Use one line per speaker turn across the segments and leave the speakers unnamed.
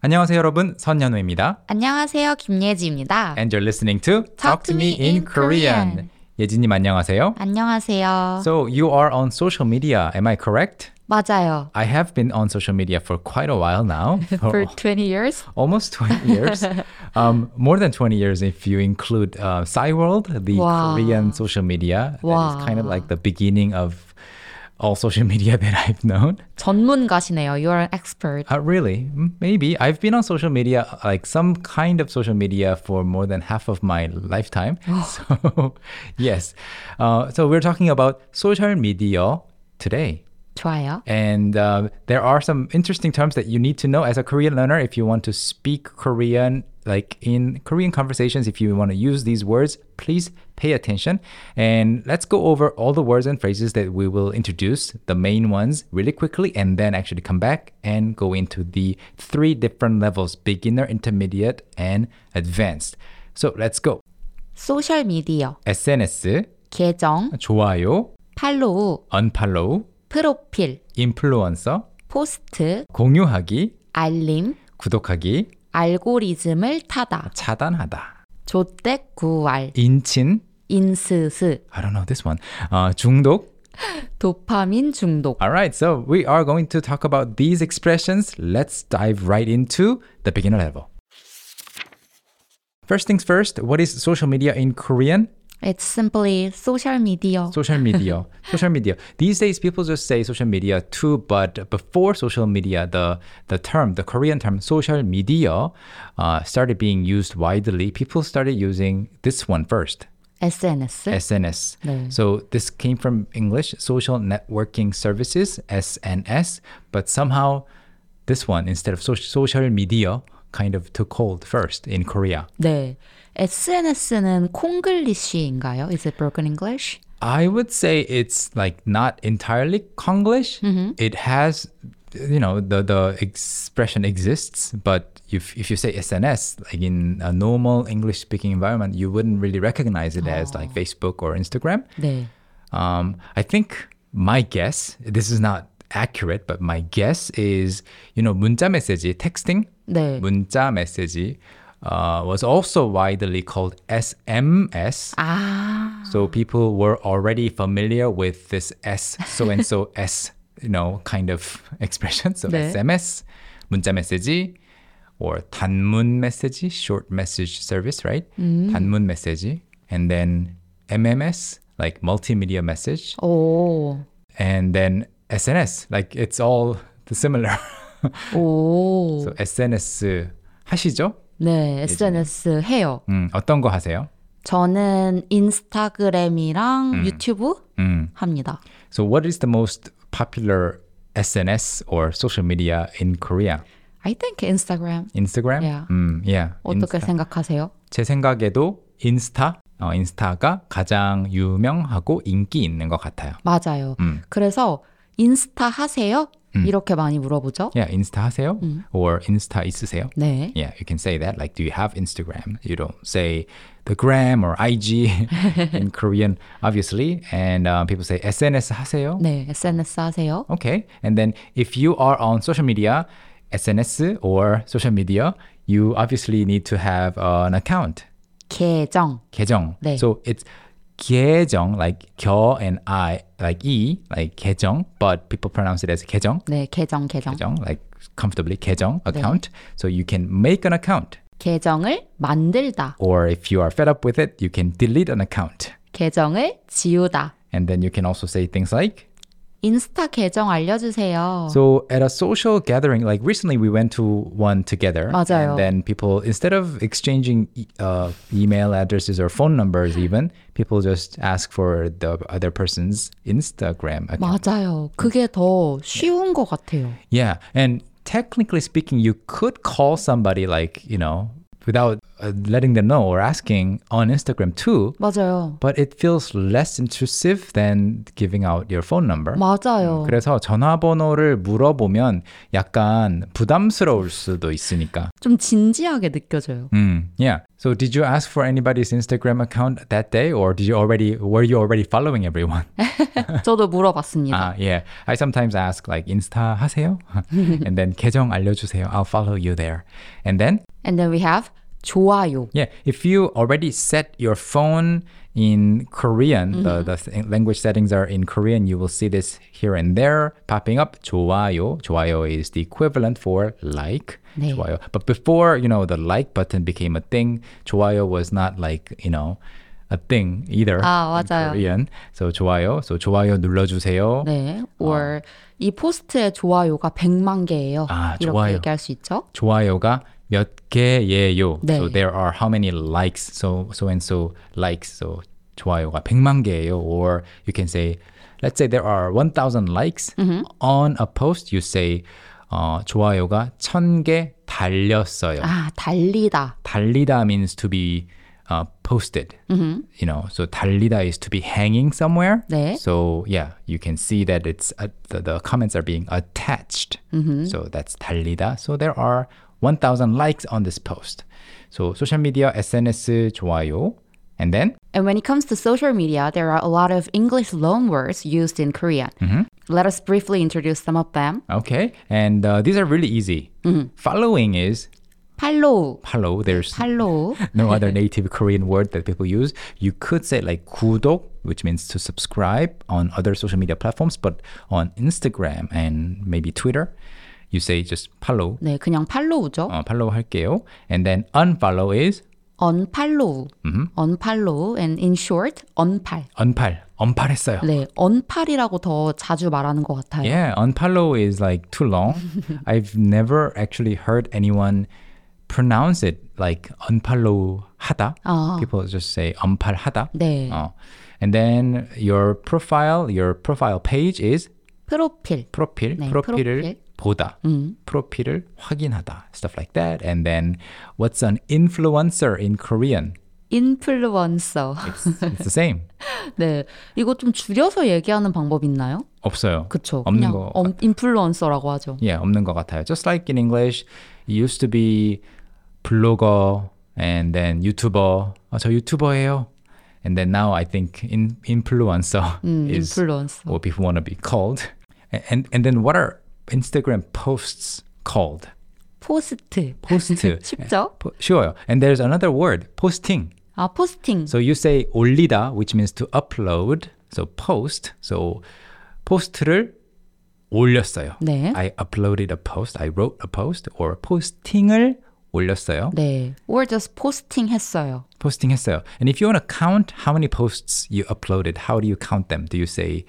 안녕하세요, 여러분. 선연우입니다.
안녕하세요. 김예지입니다.
And you're listening to Talk to Me in Korean. 예지님 안녕하세요.
안녕하세요.
So you are on social media, am I correct?
맞아요.
I have been on social media for quite a while now, for
For 20 years?
almost 20 years, um, more than 20 years if you include uh, Cyworld, the
Wow.
Korean social media. That is kind of like the beginning of all social media that I've known.
전문가시네요. You are an expert.
Uh, really? Mm, Maybe. I've been on social media, like some kind of social media, for more than half of my lifetime. So, yes. Uh, so, we're talking about social media today.
좋아요.
And uh, there are some interesting terms that you need to know as a Korean learner if you want to speak Korean, like in Korean conversations, if you want to use these words, please pay attention. And let's go over all the words and phrases that we will introduce, the main ones, really quickly, and then actually come back and go into the three different levels beginner, intermediate, and advanced. So let's go.
소셜 미디어,
SNS,
계정,
좋아요,
팔로우,
unfollow,
프로필,
influencer,
포스트,
공유하기,
알림,
구독하기,
알고리즘을 타다,
차단하다,
조댁 구알,
인친,
인스스,
I don't know this one, 어, 중독.
도파민 중독.
Alright, so we are going to talk about these expressions. Let's dive right into the beginner level. First things first, what is social media in Korean?
It's simply social media.
Social media. social media. These days people just say social media too, but before social media, the the term, the Korean term social media uh, started being used widely. People started using this one first.
SNS.
SNS.
네.
So this came from English social networking services SNS, but somehow this one instead of so- social media kind of took hold first in Korea.
네. SNS는 콩글리쉬인가요? Is it broken English?
I would say it's like not entirely Konglish. It has you know the the expression exists, but if if you say SNS like in a normal English speaking environment, you wouldn't really recognize it as like Facebook or Instagram.
네.
Um, I think my guess, this is not accurate, but my guess is, you know, 문자 메시지, texting,
네.
문자 메시지 uh, was also widely called SMS.
아,
So people were already familiar with this S, so and so S, you know, kind of expression. So
네.
SMS, 문자 메시지, or 단문 메시지, short message service, right? 단문 메시지, and then MMS, like multimedia message,
오,
and then SNS, like it's all similar.
오.
so SNS 하시죠?
네, SNS 해요.
음, 어떤 거 하세요?
저는 인스타그램이랑 유튜브
음.
합니다.
So what is the most popular SNS or social media in Korea?
I think Instagram.
인스타그램?
Yeah.
음, yeah.
어떻게
인스타.
생각하세요?
제 생각에도 인스타, 어, 인스타가 가장 유명하고 인기 있는 것 같아요.
맞아요. 그래서 인스타 하세요? 이렇게 많이 물어보죠.
Yeah, 인스타 하세요?
음.
Or 인스타 있으세요?
네.
Yeah, you can say that. Like, do you have Instagram? You don't say the gram or IG in Korean, obviously. And uh, people say SNS 하세요?
네, SNS 하세요.
Okay. And then if you are on social media, SNS or social media, you obviously need to have an account.
계정.
계정.
네.
So it's 계정, like 겨 and I, like e, like 계정, but people pronounce it as 계정,
네, 계정, 계정.
계정, like comfortably 계정 account. So you can make an account,
계정을 만들다.
or if you are fed up with it, you can delete an account,
계정을 지우다.
and then you can also say things like.
인스타 계정 알려주세요.
So at a social gathering, like recently we went to one together. And
맞아요.
then people, instead of exchanging e- uh, email addresses or phone numbers even, people just ask for the other person's Instagram account.
맞아요. 그게 더 쉬운 것 같아요.
Yeah. And technically speaking, you could call somebody like, you know, without uh, letting them know or asking on Instagram too.
맞아요.
But it feels less intrusive than giving out your phone number.
맞아요.
음, 그래서 전화번호를 물어보면 약간 부담스러울 수도 있으니까.
좀 진지하게 느껴져요.
Mm, yeah. So did you ask for anybody's Instagram account that day or did you already were you already following everyone? 음.
저도 물어봤습니다.
Ah, yeah. I sometimes ask like Insta 하세요? and then 계정 알려주세요. I'll follow you there. And then
And then we have 좋아요.
yeah, if you already set your phone in Korean,
Mm-hmm.
the, the th- language settings are in Korean, you will see this here and there popping up. 좋아요. 좋아요 is the equivalent for like.
네.
좋아요. But before, you know, the like button became a thing, 좋아요 was not like, you know, a thing either
아,
in
맞아요.
Korean. So 좋아요. So 좋아요 눌러주세요.
네.
어.
or 이 포스트의 좋아요가 100만 개예요.
아,
이렇게
좋아요.
얘기할 수 있죠.
좋아요가 몇 개예요.
네.
So there are how many likes? So so and so likes. So 좋아요가 100만 개예요. Or you can say let's say there are 1000 likes on a post you say 어, 좋아요가 1000개 달렸어요.
아, 달리다.
달리다 means to be uh, posted. You know, so 달리다 is to be hanging somewhere.
네.
So yeah, you can see that it's uh, the, the comments are being attached. So that's 달리다. So there are 1,000 likes on this post. So social media, SNS 좋아요, and then
And when it comes to social media, there are a lot of English loanwords used in Korean.
음.
Let us briefly introduce some of them.
okay, and uh, these are really easy. Following is
팔로우,
follow. There's
팔로우.
no other native Korean word that people use. You could say like 구독, which means to subscribe on other social media platforms, but on Instagram and maybe Twitter, you say just follow.
네, 그냥 팔로우죠.
어, 팔로우 할게요. And then unfollow is
언팔로우,
음.
언팔로우. And in short, 언팔.
unpal. 언팔했어요.
네, 언팔이라고 더 자주 말하는 것 같아요.
Yeah, unfollow is like too long. I've never actually heard anyone pronounce it like unfollow 하다. People just say un팔하다.
Ah. 네,
어. And then your profile, your profile page is
프로필.
프로필,
네,
프로필을
프로필.
보다, 프로필을 확인하다, stuff like that. And then what's an influencer in Korean?
인플루언서.
It's the same.
네, 이거 좀 줄여서 얘기하는 방법 있나요?
없어요.
그쵸.
없는
그냥
거.
엄- 인플루언서라고 하죠.
예, 없는 것 같아요. Just like in English, it used to be 블로거 and then 유튜버. 아, 저 유튜버예요. And then now I think in, influencer
음,
is
인플루언서.
what people want to be called. And, and and then what are Instagram posts called?
포스트.
Post.
쉽죠?
Po- 쉬워요. And there's another word, posting.
아, 포스팅.
So you say 올리다, which means to upload. So post. So 포스트를 올렸어요.
네.
I uploaded a post. I wrote a post. Or posting을 올렸어요.
네, or just posting 했어요.
Posting 했어요. And if you want to count how many posts you uploaded, how do you count them? Do you say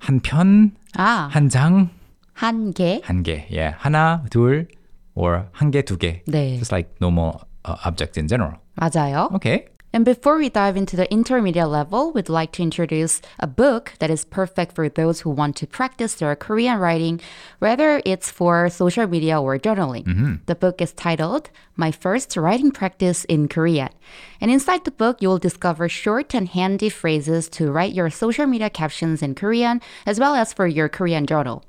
한 편,
아,
한 장,
한 개.
한 개. Yeah. 하나, 둘, or 한 개, 두 개.
네.
Just like normal uh, objects in general.
맞아요.
Okay.
And before we dive into the intermediate level, we'd like to introduce a book that is perfect for those who want to practice their Korean writing, whether it's for social media or journaling. The book is titled My First Writing Practice in Korean. And inside the book, you'll discover short and handy phrases to write your social media captions in Korean, as well as for your Korean journal.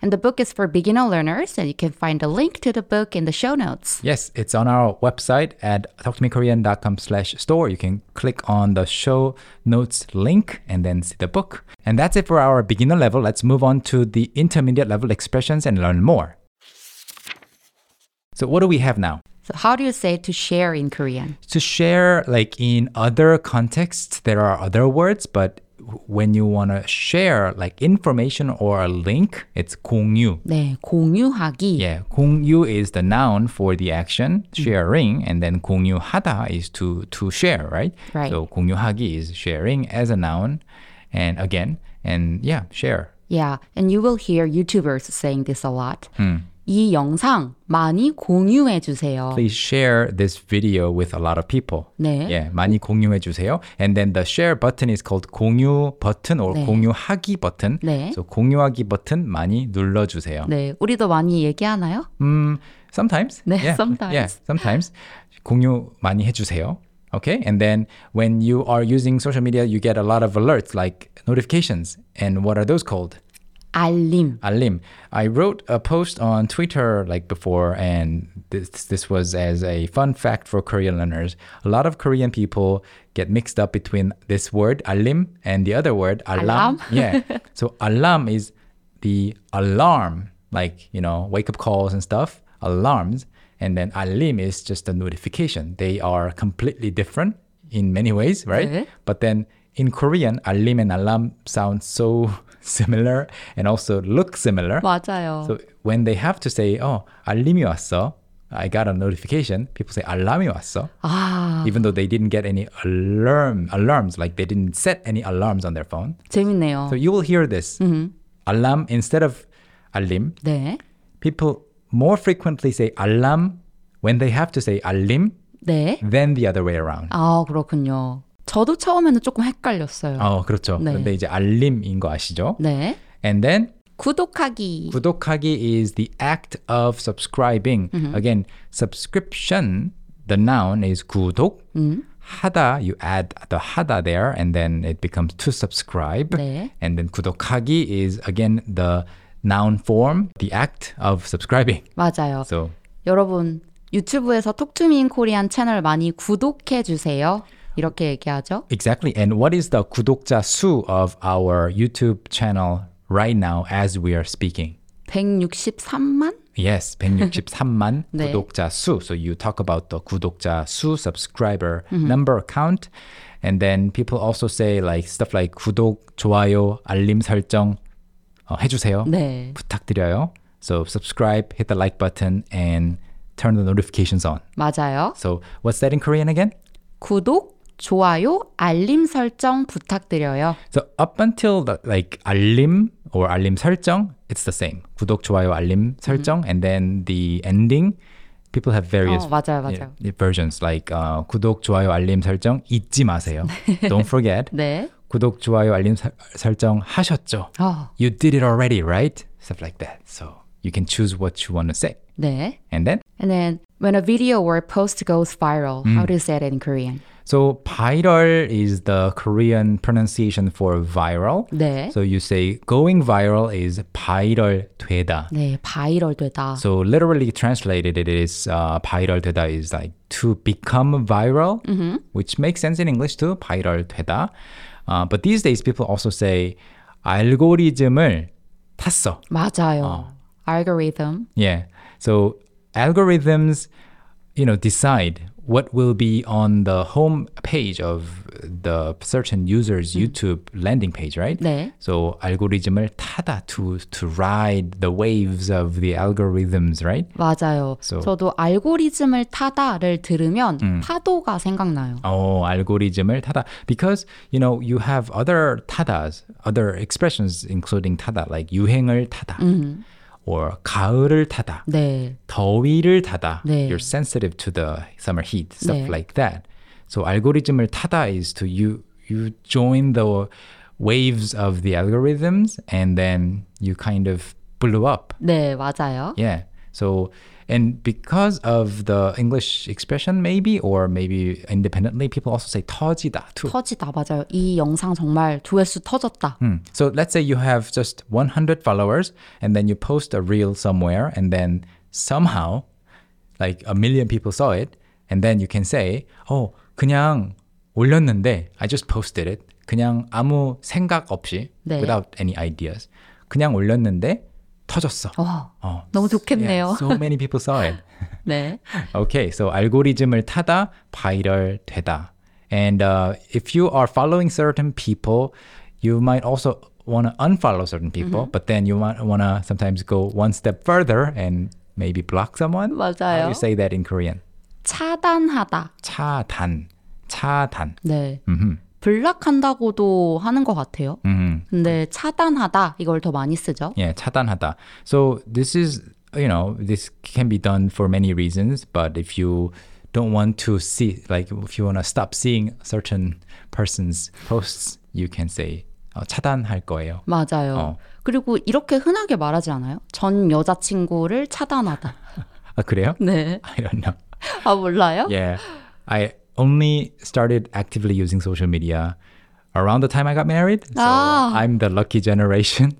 And the book is for beginner learners, and you can find a link to the book in the show notes.
Yes, it's on our website at talktomekorean.com slash store. You can click on the show notes link and then see the book. And that's it for our beginner level. Let's move on to the intermediate level expressions and learn more. So what do we have now?
So, how do you say to share in Korean?
To share, like in other contexts, there are other words, but when you want to share like information or a link, it's 공유.
네, 공유하기.
Yeah, 공유 is the noun for the action
Mm.
sharing, and then 공유하다 is to to share, right?
Right.
So 공유하기 is sharing as a noun, and again, and yeah, share. 음.
Yeah, and you will hear YouTubers saying this a lot. 이 영상 많이 공유해 주세요.
Please share this video with a lot of people.
네.
Yeah, 많이 공유해 주세요. And then the share button is called 공유 버튼 or
네.
공유하기 버튼.
네.
So 공유하기 버튼 많이 눌러 주세요.
네, 우리도 많이 얘기하나요?
음, sometimes.
네,
yeah,
sometimes.
Yeah, sometimes. 공유 많이 해주세요. Okay, and then when you are using social media, you get a lot of alerts like notifications. And what are those called?
알림.
Alim. I wrote a post on Twitter like before, and this this was as a fun fact for Korean learners. A lot of Korean people get mixed up between this word alim and the other word alarm.
Alarm?
yeah. So alarm is the alarm, like you know, wake up calls and stuff, alarms, and then alim is just a notification. They are completely different in many ways, right?
네.
But then in Korean, alim and alarm sound so similar and also look similar.
맞아요.
So when they have to say, "Oh, 알림이 왔어," I got a notification. People say "알람이 왔어,"
Ah. 아,
even though they didn't get any alarm alarms, like they didn't set any alarms on their phone.
재밌네요.
So you will hear this
Mm-hmm.
alarm instead of "알림."
네.
People more frequently say "alarm" when they have to say "알림"
네.
than the other way around.
아, 그렇군요. 저도 처음에는 조금 헷갈렸어요.
어, Oh, 그렇죠.
Ah. 네.
근데 이제 알림인 거 아시죠?
네.
And then
구독하기.
구독하기 is the act of subscribing. Again, subscription, the noun is 구독. 하다, you add the 하다 there, and then it becomes to subscribe.
네.
And then 구독하기 is again the noun form, the act of subscribing.
맞아요.
So
여러분, 유튜브에서 톡투민 코리안 채널 많이 구독해 주세요. 이렇게 얘기하죠.
exactly. And what is the 구독자 수 of our YouTube channel right now as we are speaking?
163만?
Yes, 163만
네.
구독자 수. So you talk about the 구독자 수, subscriber number count. And then people also say like stuff like 구독, 좋아요, 알림 설정 어, 해주세요.
네.
부탁드려요. So subscribe, hit the like button, and turn the notifications on.
맞아요.
So what's that in Korean again?
구독, 좋아요, 알림 설정 부탁드려요.
So up until the, like 알림 or 알림 설정, it's the same. 구독, 좋아요, 알림 설정, and then the ending. People have various
어, 맞아요, 맞아요.
yeah, 예, versions like uh, 구독, 좋아요, 알림 설정 잊지 마세요. Don't forget.
네.
구독, 좋아요, 알림 설- 설정 하셨죠?
어,
You did it already, right? Stuff like that. So you can choose what you want to say.
네.
And then
And then when a video or post goes viral,
음.
how do you say it in Korean?
so viral is the Korean pronunciation for viral.
네.
So you say going viral is viral 되다.
네, 바이럴 되다.
So literally translated, it is uh, viral 되다 is like to become viral, which makes sense in English too. viral 되다. Uh, but these days, people also say 알고리즘을 탔어.
맞아요. 알고리즘.
Yeah. So algorithms, you know, decide what will be on the home page of the certain user's YouTube landing page, right?
네.
So 알고리즘을 타다 to to ride the waves of the algorithms, right?
맞아요.
So- 음.
저도 알고리즘을 타다를 들으면 파도가 생각나요.
Oh, 알고리즘을 타다. Because you know you have other 타das, other expressions including 타다, like 유행을 타다, or 가을을 타다,
네.
더위를 타다.
네.
You're sensitive to the summer heat, stuff
네.
like that. So 알고리즘을 타다 is to you you join the waves of the algorithms and then you kind of blew up.
네, 맞아요.
Yeah. So, and because of the English expression, maybe, or maybe independently, people also say 터지다 too.
터지다 맞아요. 이 영상 정말 조회수 터졌다.
Hmm. So, let's say you have just 100 followers and then you post a reel somewhere, and then somehow, like a million people saw it, and then you can say, oh, 그냥 올렸는데, I just posted it. 그냥 아무 생각 없이,
네.
without any ideas. 그냥 올렸는데, 터졌어.
와,
어.
너무
Yeah,
좋겠네요.
so many people saw it.
네.
Okay, so 알고리즘을 타다 바이럴 되다. And uh, if you are following certain people, you might also want to unfollow certain people,
Mm-hmm.
but then you might want to sometimes go one step further and maybe block someone. How do
맞아요.
you say that in Korean?
차단하다.
차단, 차단.
네. 블락한다고도 하는 것
Mm-hmm.
같아요. 근데 차단하다 네, 이걸 더 많이 쓰죠.
Yeah, 차단하다. So this is you know, this can be done for many reasons, but if you don't want to see, like, if you want to stop seeing certain person's posts, you can say 어, 차단할 거예요.
맞아요.
어.
그리고 이렇게 흔하게 말하지 않아요? 전 여자친구를 차단하다.
아 그래요?
네.
I don't know.
아, 몰라요?
Yeah, I only started actively using social media around the time I got married, so
Ah.
I'm the lucky generation.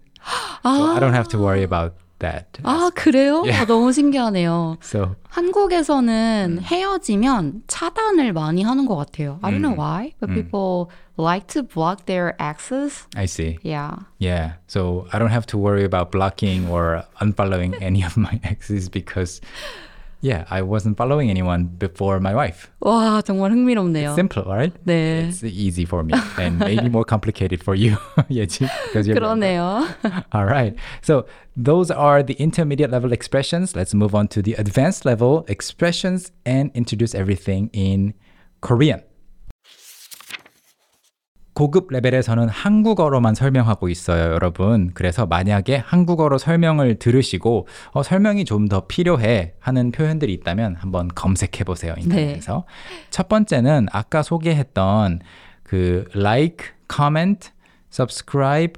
So I don't have to worry about that.
아, 그래요? 아, 너무 신기하네요.
So
한국에서는 헤어지면 차단을 많이 하는 것 같아요. I don't know why, but people like to block their exes.
I see.
Yeah.
Yeah. So I don't have to worry about blocking or unfollowing any of my exes because, yeah, I wasn't following anyone before my wife.
와, 정말 흥미롭네요.
Simple, right?
네.
It's easy for me and maybe more complicated for you, 예지, because you're
그러네요.
All right. So those are the intermediate level expressions. Let's move on to the advanced level expressions and introduce everything in Korean. 고급 레벨에서는 한국어로만 설명하고 있어요, 여러분. 그래서 만약에 한국어로 설명을 들으시고 어, 설명이 좀 더 필요해 하는 표현들이 있다면 한번 검색해 보세요 인터넷에서. 첫 번째는 아까 소개했던 그 like, comment, subscribe,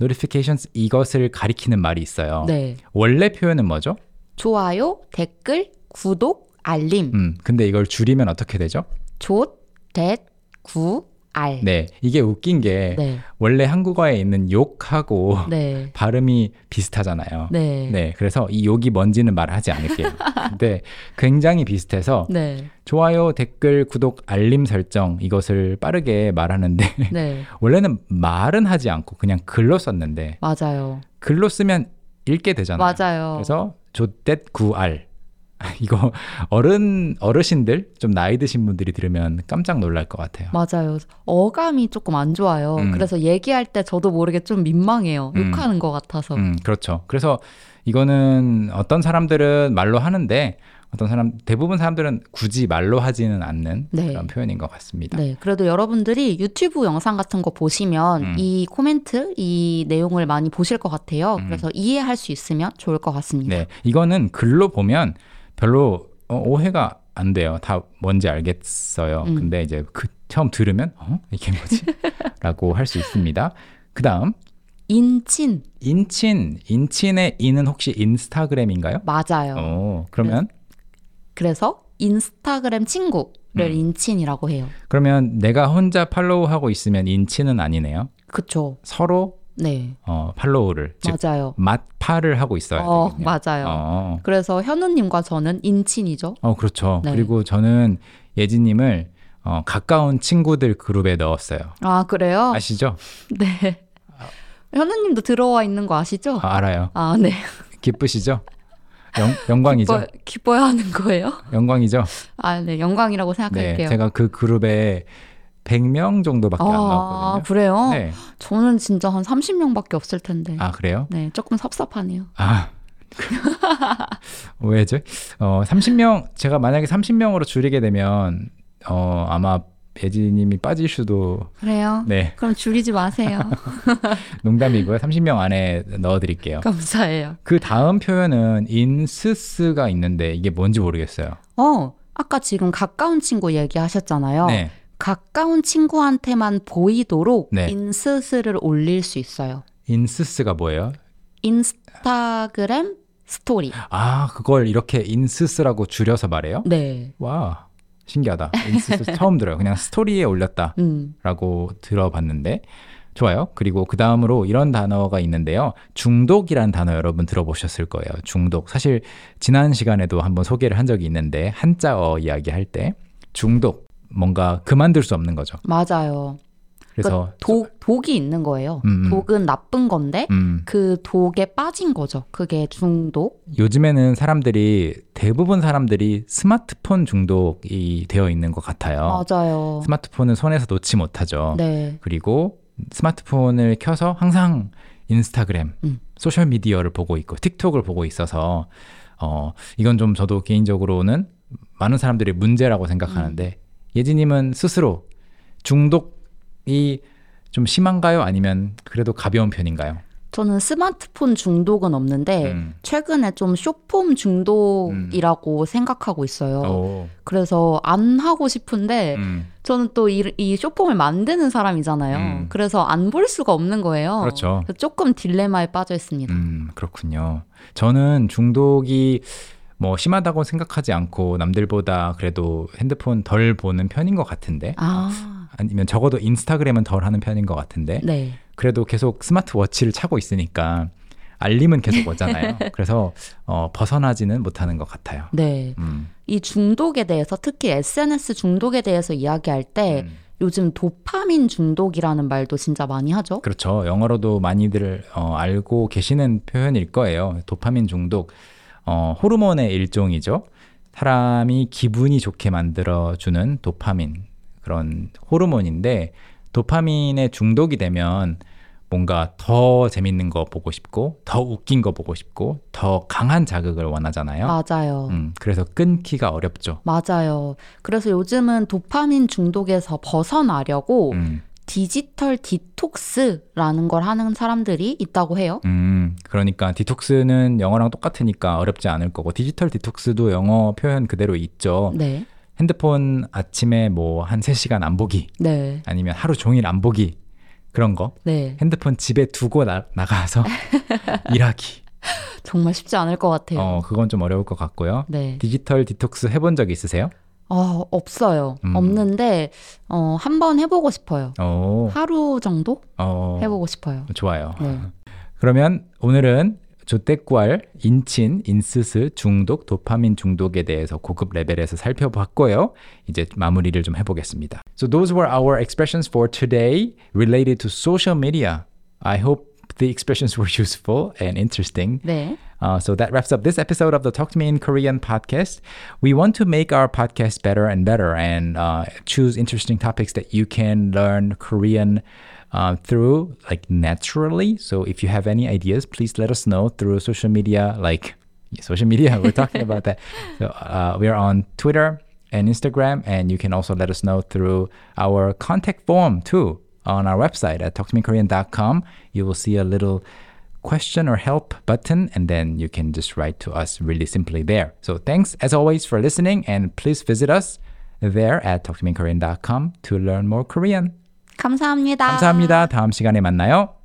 notifications 이것을 가리키는 말이 있어요.
네.
원래 표현은 뭐죠?
좋아요, 댓글, 구독, 알림.
음, 근데 이걸 줄이면 어떻게 되죠?
조, 댓, 구, 알.
네, 이게 웃긴 게
네.
원래 한국어에 있는 욕하고
네.
발음이 비슷하잖아요.
네.
네, 그래서 이 욕이 뭔지는 말하지 않을게요. 근데 굉장히 비슷해서
네.
좋아요, 댓글, 구독, 알림 설정 이것을 빠르게 말하는데
네.
원래는 말은 하지 않고 그냥 글로 썼는데
맞아요.
글로 쓰면 읽게 되잖아요.
맞아요.
네. 그래서 조댓 구알 이거 어른 어르신들 좀 나이 드신 분들이 들으면 깜짝 놀랄 것 같아요.
맞아요. 어감이 조금 안 좋아요.
음.
그래서 얘기할 때 저도 모르게 좀 민망해요.
음.
욕하는 것 같아서.
음, 그렇죠. 그래서 이거는 어떤 사람들은 말로 하는데 어떤 사람 대부분 사람들은 굳이 말로 하지는 않는
네.
그런 표현인 것 같습니다.
네, 그래도 여러분들이 유튜브 영상 같은 거 보시면
음.
이 코멘트, 이 내용을 많이 보실 것 같아요. 그래서 이해할 수 있으면 좋을 것 같습니다.
네, 이거는 글로 보면 별로 어, 오해가 안 돼요. 다 뭔지 알겠어요.
음.
근데 이제 그 처음 들으면 어 이게 뭐지?라고 할 수 있습니다. 그다음
인친
인친 인친의 인은 혹시 인스타그램인가요?
맞아요.
어 그러면
네. 그래서 인스타그램 친구를
음.
인친이라고 해요.
그러면 내가 혼자 팔로우하고 있으면 인친은 아니네요.
그쵸?
서로
네,
어, 팔로우를 즉
맞아요.
맞팔을 하고 있어야
어,
되겠네요.
맞아요.
어.
그래서 현우님과 저는 인친이죠.
어, 그렇죠.
네.
그리고 저는 예지님을 어, 가까운 친구들 그룹에 넣었어요.
아 그래요?
아시죠?
네. 현우님도 들어와 있는 거 아시죠?
아, 알아요.
아 네.
기쁘시죠? 영, 영광이죠.
기뻐, 기뻐야 하는 거예요?
영광이죠.
아 네, 영광이라고
네,
생각할게요.
제가 그 그룹에 100명 정도밖에 안
아,
나왔거든요.
그래요?
네.
저는 진짜 한 30명밖에 없을 텐데.
아, 그래요?
네, 조금 섭섭하네요.
아. 왜죠? 어, 30명 제가 만약에 30명으로 줄이게 되면 어, 아마 예지님이 빠질 수도
그래요?
네.
그럼 줄이지 마세요.
농담이고요. 30명 안에 넣어 드릴게요.
감사해요.
그 다음 표현은 인스스가 있는데 이게 뭔지 모르겠어요.
어, 아까 지금 가까운 친구 얘기하셨잖아요.
네.
가까운 친구한테만 보이도록
네.
인스스를 올릴 수 있어요.
인스스가 뭐예요?
인스타그램 스토리.
아, 그걸 이렇게 인스스라고 줄여서 말해요?
네.
와, 신기하다. 인스스 처음 들어요. 그냥 스토리에 올렸다.
음.
라고 들어봤는데 좋아요. 그리고 그 다음으로 이런 단어가 있는데요. 중독이란 단어 여러분 들어보셨을 거예요. 중독. 사실 지난 시간에도 한번 소개를 한 적이 있는데 한자어 이야기할 때 중독 뭔가 그만둘 수 없는 거죠.
맞아요.
그래서
그러니까 독, 독이 있는 거예요.
음, 음.
독은 나쁜 건데
음,
그 독에 빠진 거죠. 그게 중독.
요즘에는 사람들이 대부분 사람들이 스마트폰 중독이 되어 있는 것 같아요.
맞아요.
스마트폰은 어. 손에서 놓지 못하죠.
네.
그리고 스마트폰을 켜서 항상 인스타그램,
음.
소셜 미디어를 보고 있고 틱톡을 보고 있어서 어 이건 좀 저도 개인적으로는 많은 사람들이 문제라고 생각하는데
음.
예지님은 스스로 중독이 좀 심한가요? 아니면 그래도 가벼운 편인가요?
저는 스마트폰 중독은 없는데
음.
최근에 좀 쇼폼
음.
중독이라고 생각하고 있어요. 네.
오.
그래서 안 하고 싶은데
음.
저는 또 이 쇼폼을 만드는 사람이잖아요.
음.
그래서 안 볼 수가 없는 거예요.
그렇죠.
그래서 조금 딜레마에 빠져 있습니다.
음, 그렇군요. 저는 중독이 뭐 심하다고 생각하지 않고 남들보다 그래도 핸드폰 덜 보는 편인 것 같은데
아,
아니면 적어도 인스타그램은 덜 하는 편인 것 같은데
네.
그래도 계속 스마트워치를 차고 있으니까 알림은 계속 오잖아요. 그래서 어, 벗어나지는 못하는 것 같아요.
네.
음,
이 중독에 대해서 특히 SNS 중독에 대해서 이야기할 때
음.
요즘 도파민 중독이라는 말도 진짜 많이 하죠.
그렇죠. 영어로도 많이들 어, 알고 계시는 표현일 거예요. 도파민 중독, 어, 호르몬의 일종이죠. 사람이 기분이 좋게 만들어주는 도파민 그런 호르몬인데 도파민에 중독이 되면 뭔가 더 재밌는 거 보고 싶고 더 웃긴 거 보고 싶고 더 강한 자극을 원하잖아요.
맞아요.
음, 그래서 끊기가 어렵죠.
맞아요. 그래서 요즘은 도파민 중독에서 벗어나려고
음,
디지털 디톡스라는 걸 하는 사람들이 있다고 해요.
음, 그러니까 디톡스는 영어랑 똑같으니까 어렵지 않을 거고 디지털 디톡스도 영어 표현 그대로 있죠.
네.
핸드폰 아침에 뭐 한 3시간 안 보기
네.
아니면 하루 종일 안 보기 그런 거.
네.
핸드폰 집에 두고 나, 나가서 일하기.
정말 쉽지 않을 것 같아요.
어, 그건 좀 어려울 것 같고요.
네.
디지털 디톡스 해본 적 있으세요?
어, 없어요.
음.
없는데, 어, 한번 해보고 싶어요.
오,
하루 정도
어,
해보고 싶어요.
좋아요.
네.
그러면 오늘은 조떼꾸알, 인친, 인스스, 중독, 도파민 중독에 대해서 고급 레벨에서 살펴봤고요. 이제 마무리를 좀 해보겠습니다. So those were our expressions for today related to social media. I hope the expressions were useful and interesting.
네.
Uh, so that wraps up this episode of the Talk to Me in Korean podcast. We want to make our podcast better and better and uh, choose interesting topics that you can learn Korean uh, through, like naturally. So if you have any ideas, please let us know through social media, like social media, we're talking about that. So uh, we're on Twitter and Instagram, and you can also let us know through our contact form too on our website at talktomekorean.com. You will see a little question or help button and then you can just write to us really simply there. So thanks as always for listening and please visit us there at talktomeinkorean.com to learn more Korean.
감사합니다.
감사합니다. 다음 시간에 만나요.